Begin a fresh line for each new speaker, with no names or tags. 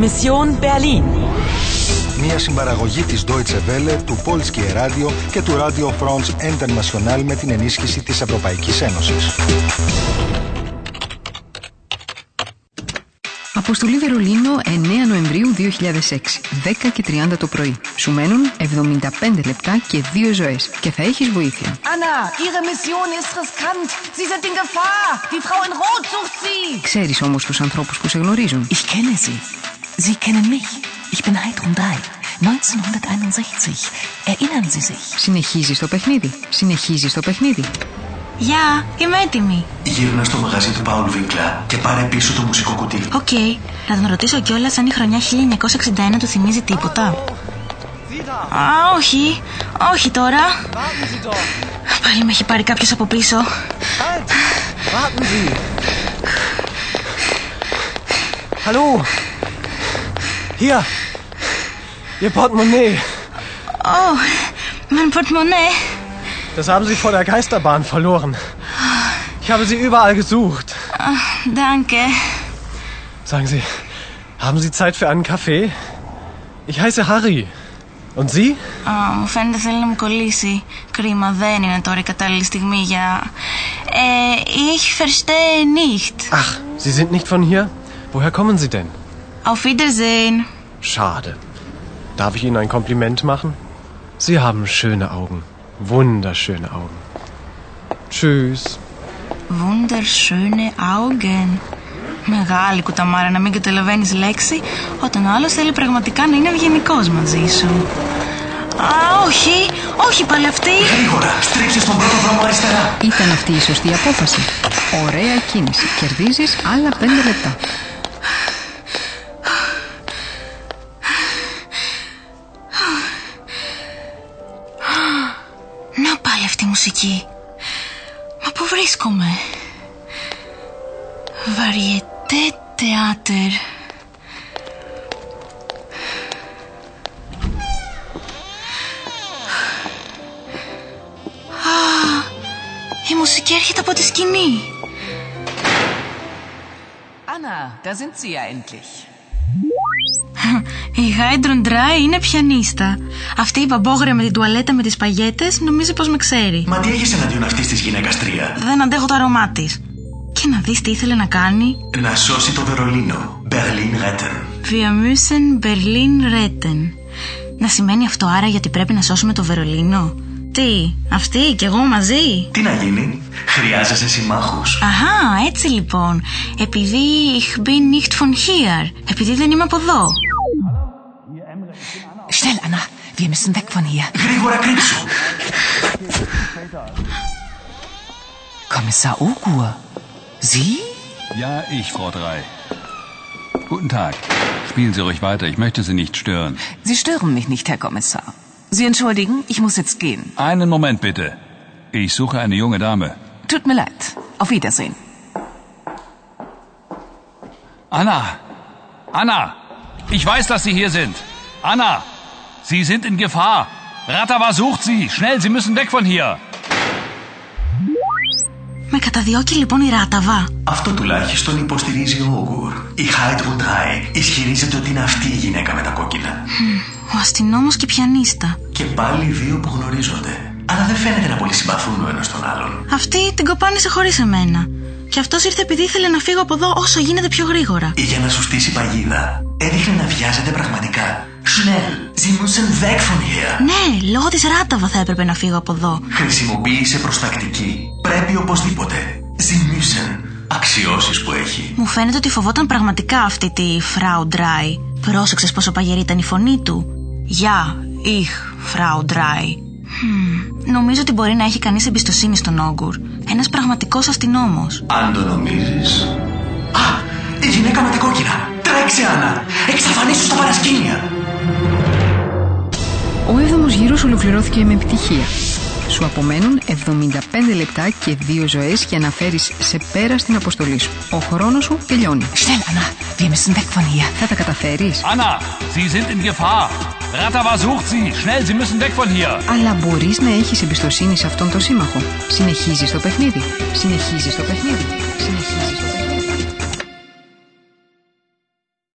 Mission Berlin.
Μια συμπαραγωγή της Deutsche Welle, του Polskie Radio και του Radio France International με την ενίσχυση της Ευρωπαϊκής Ένωσης.
Αποστολή Βερολίνο 9 Νοεμβρίου 2006, 10 και 30 το πρωί. Σου μένουν 75 λεπτά και 2 ζωές και θα έχεις βοήθεια.
Anna, Ihre Mission ist riskant. Sie sind in Gefahr. Die Frau in Rot sucht Sie.
Ξέρεις όμως τους ανθρώπους που σε γνωρίζουν.
Ich kenne Sie. Sie kennen mich. Ich bin Heidrun 3, 1961. Erinnern Sie sich?
Συνεχίζεις το παιχνίδι. Συνεχίζεις το παιχνίδι.
Γεια, είμαι έτοιμη.
Γύρνα στο μαγαζί του Πάουλ Βίγκλα και πάρε πίσω το μουσικό κουτί.
Οκ, να τον ρωτήσω κιόλας αν η χρονιά 1961 του θυμίζει τίποτα. Α, όχι. Όχι τώρα.
Warten Sie doch!
Πάλι με έχει πάρει κάποιος από πίσω.
Halt! Warten Sie! Hallo! Hier! Ihr Portemonnaie!
Ω, mein Portemonnaie.
Das haben Sie vor der Geisterbahn verloren. Ich habe Sie überall gesucht.
Ah, danke.
Sagen Sie, haben Sie Zeit für einen Kaffee? Ich heiße Harry. Und Sie?
Α, μου φαίνεται θέλει να μου κολλήσει. Κρίμα, δεν είναι τώρα η κατάλληλη στιγμή για... Ε, ich verstehe nicht.
Ach, Sie sind nicht von hier? Woher kommen Sie denn?
Auf Wiedersehen.
Schade. Darf ich Ihnen ein Kompliment machen? Sie haben schöne Augen. Wunderschöne Augen. Tschüss.
Wunderschöne Augen. Μεγάλη κουταμάρα να μην καταλαβαίνεις λέξη όταν ο άλλος θέλει πραγματικά να είναι ευγενικός μαζί σου. Α, όχι, όχι πάλι αυτή.
Γρήγορα, στρίψε στον πρώτο δρόμο αριστερά.
Ήταν αυτή η σωστή απόφαση. Ωραία κίνηση. Κερδίζεις άλλα 5 λεπτά.
Να πάλι αυτή η μουσική. Μα πού βρίσκομαι. Βαριετέ τεάτερ. Η μουσική έρχεται από τη σκηνή.
Anna, da sind Sie ja endlich.
Η Χάιντρον Ντράι είναι πιανίστα. Αυτή η μπαμπόγρια με την τουαλέτα με τις παγιέτες νομίζει πως με ξέρει.
Μα τι έχεις εναντίον αυτής της γυναίκα τρία.
Δεν αντέχω το αρώμά της. Και να δεις τι ήθελε να κάνει.
Να σώσει το Βερολίνο. Berlin retten.
Wir müssen Berlin retten. Να σημαίνει αυτό άρα γιατί πρέπει να σώσουμε το Βερολίνο. Τι, αυτή κι εγώ μαζί.
Τι να γίνει, χρειάζεσαι συμμάχους.
Αχά, έτσι λοιπόν. Επειδή ich bin nicht von hier. Επειδή δεν είμαι από εδώ.
Schnell, Anna. Wir müssen weg von hier.
Γρήγορα κρύψου.
Kommissar Ogur. Sie?
Ja, ich, Frau Drei. Guten Tag. Spielen Sie ruhig weiter, ich möchte Sie nicht stören.
Sie stören mich nicht, Herr Kommissar. Sie entschuldigen, ich muss jetzt gehen.
Einen Moment bitte. Ich suche eine junge Dame.
Tut mir leid. Auf Wiedersehen.
Anna! Anna! Ich weiß, dass Sie hier sind. Anna! Sie sind in Gefahr. Ratava sucht Sie. Schnell, Sie müssen weg von hier.
Με καταδιώκει λοιπόν η Ράταβα.
Αυτό τουλάχιστον υποστηρίζει ο Όγκουρ. Η Χάιντρου Ντράι ισχυρίζεται ότι είναι αυτή η γυναίκα με τα κόκκινα.
Ο αστυνόμος και η πιανίστα.
Και πάλι οι δύο που γνωρίζονται. Αλλά δεν φαίνεται να πολύ συμπαθούν ο ένας τον άλλον.
Αυτή την κοπάνισε χωρίς εμένα. Και αυτός ήρθε επειδή ήθελε να φύγω από εδώ όσο γίνεται πιο γρήγορα.
Ή για να σου στήσει παγίδα. Έδειχνε να βιάζεται πραγματικά. Schnell, Sie müssen weg von hier.
Ναι, λόγω της Ράταβα θα έπρεπε να φύγω από εδώ.
Χρησιμοποίησε προστακτική. Πρέπει οπωσδήποτε. Sie müssen. Αξιώσεις που έχει.
Μου φαίνεται ότι φοβόταν πραγματικά αυτή τη Frau Drei. Πρόσεξες πόσο παγερή ήταν η φωνή του. Γεια, ich, Frau Drei. Χμ, Νομίζω ότι μπορεί να έχει κανείς εμπιστοσύνη στον Όγκουρ. Ένας πραγματικός αστυνόμος.
Αν το νομίζεις. Α! Η γυναίκα με τα κόκκινα! Τρέξε, Άννα! Εξαφανίσου στα παρασκήνια!
Ο έβδομος γύρος ολοκληρώθηκε με επιτυχία. Σου απομένουν 75 λεπτά και 2 ζωές για να φέρεις σε πέρα στην αποστολή σου. Ο χρόνος σου τελειώνει.
Schnell, Anna. Wir müssen weg von hier.
Θα τα καταφέρεις,
Anna! Sie sind in Gefahr. Ratava sucht Sie. Schnell, Sie müssen weg von hier.
αλλά μπορείς να έχεις εμπιστοσύνη σε αυτόν τον σύμμαχο. Συνεχίζεις το παιχνίδι. Συνεχίζεις το παιχνίδι. Συνεχίζεις το παιχνίδι.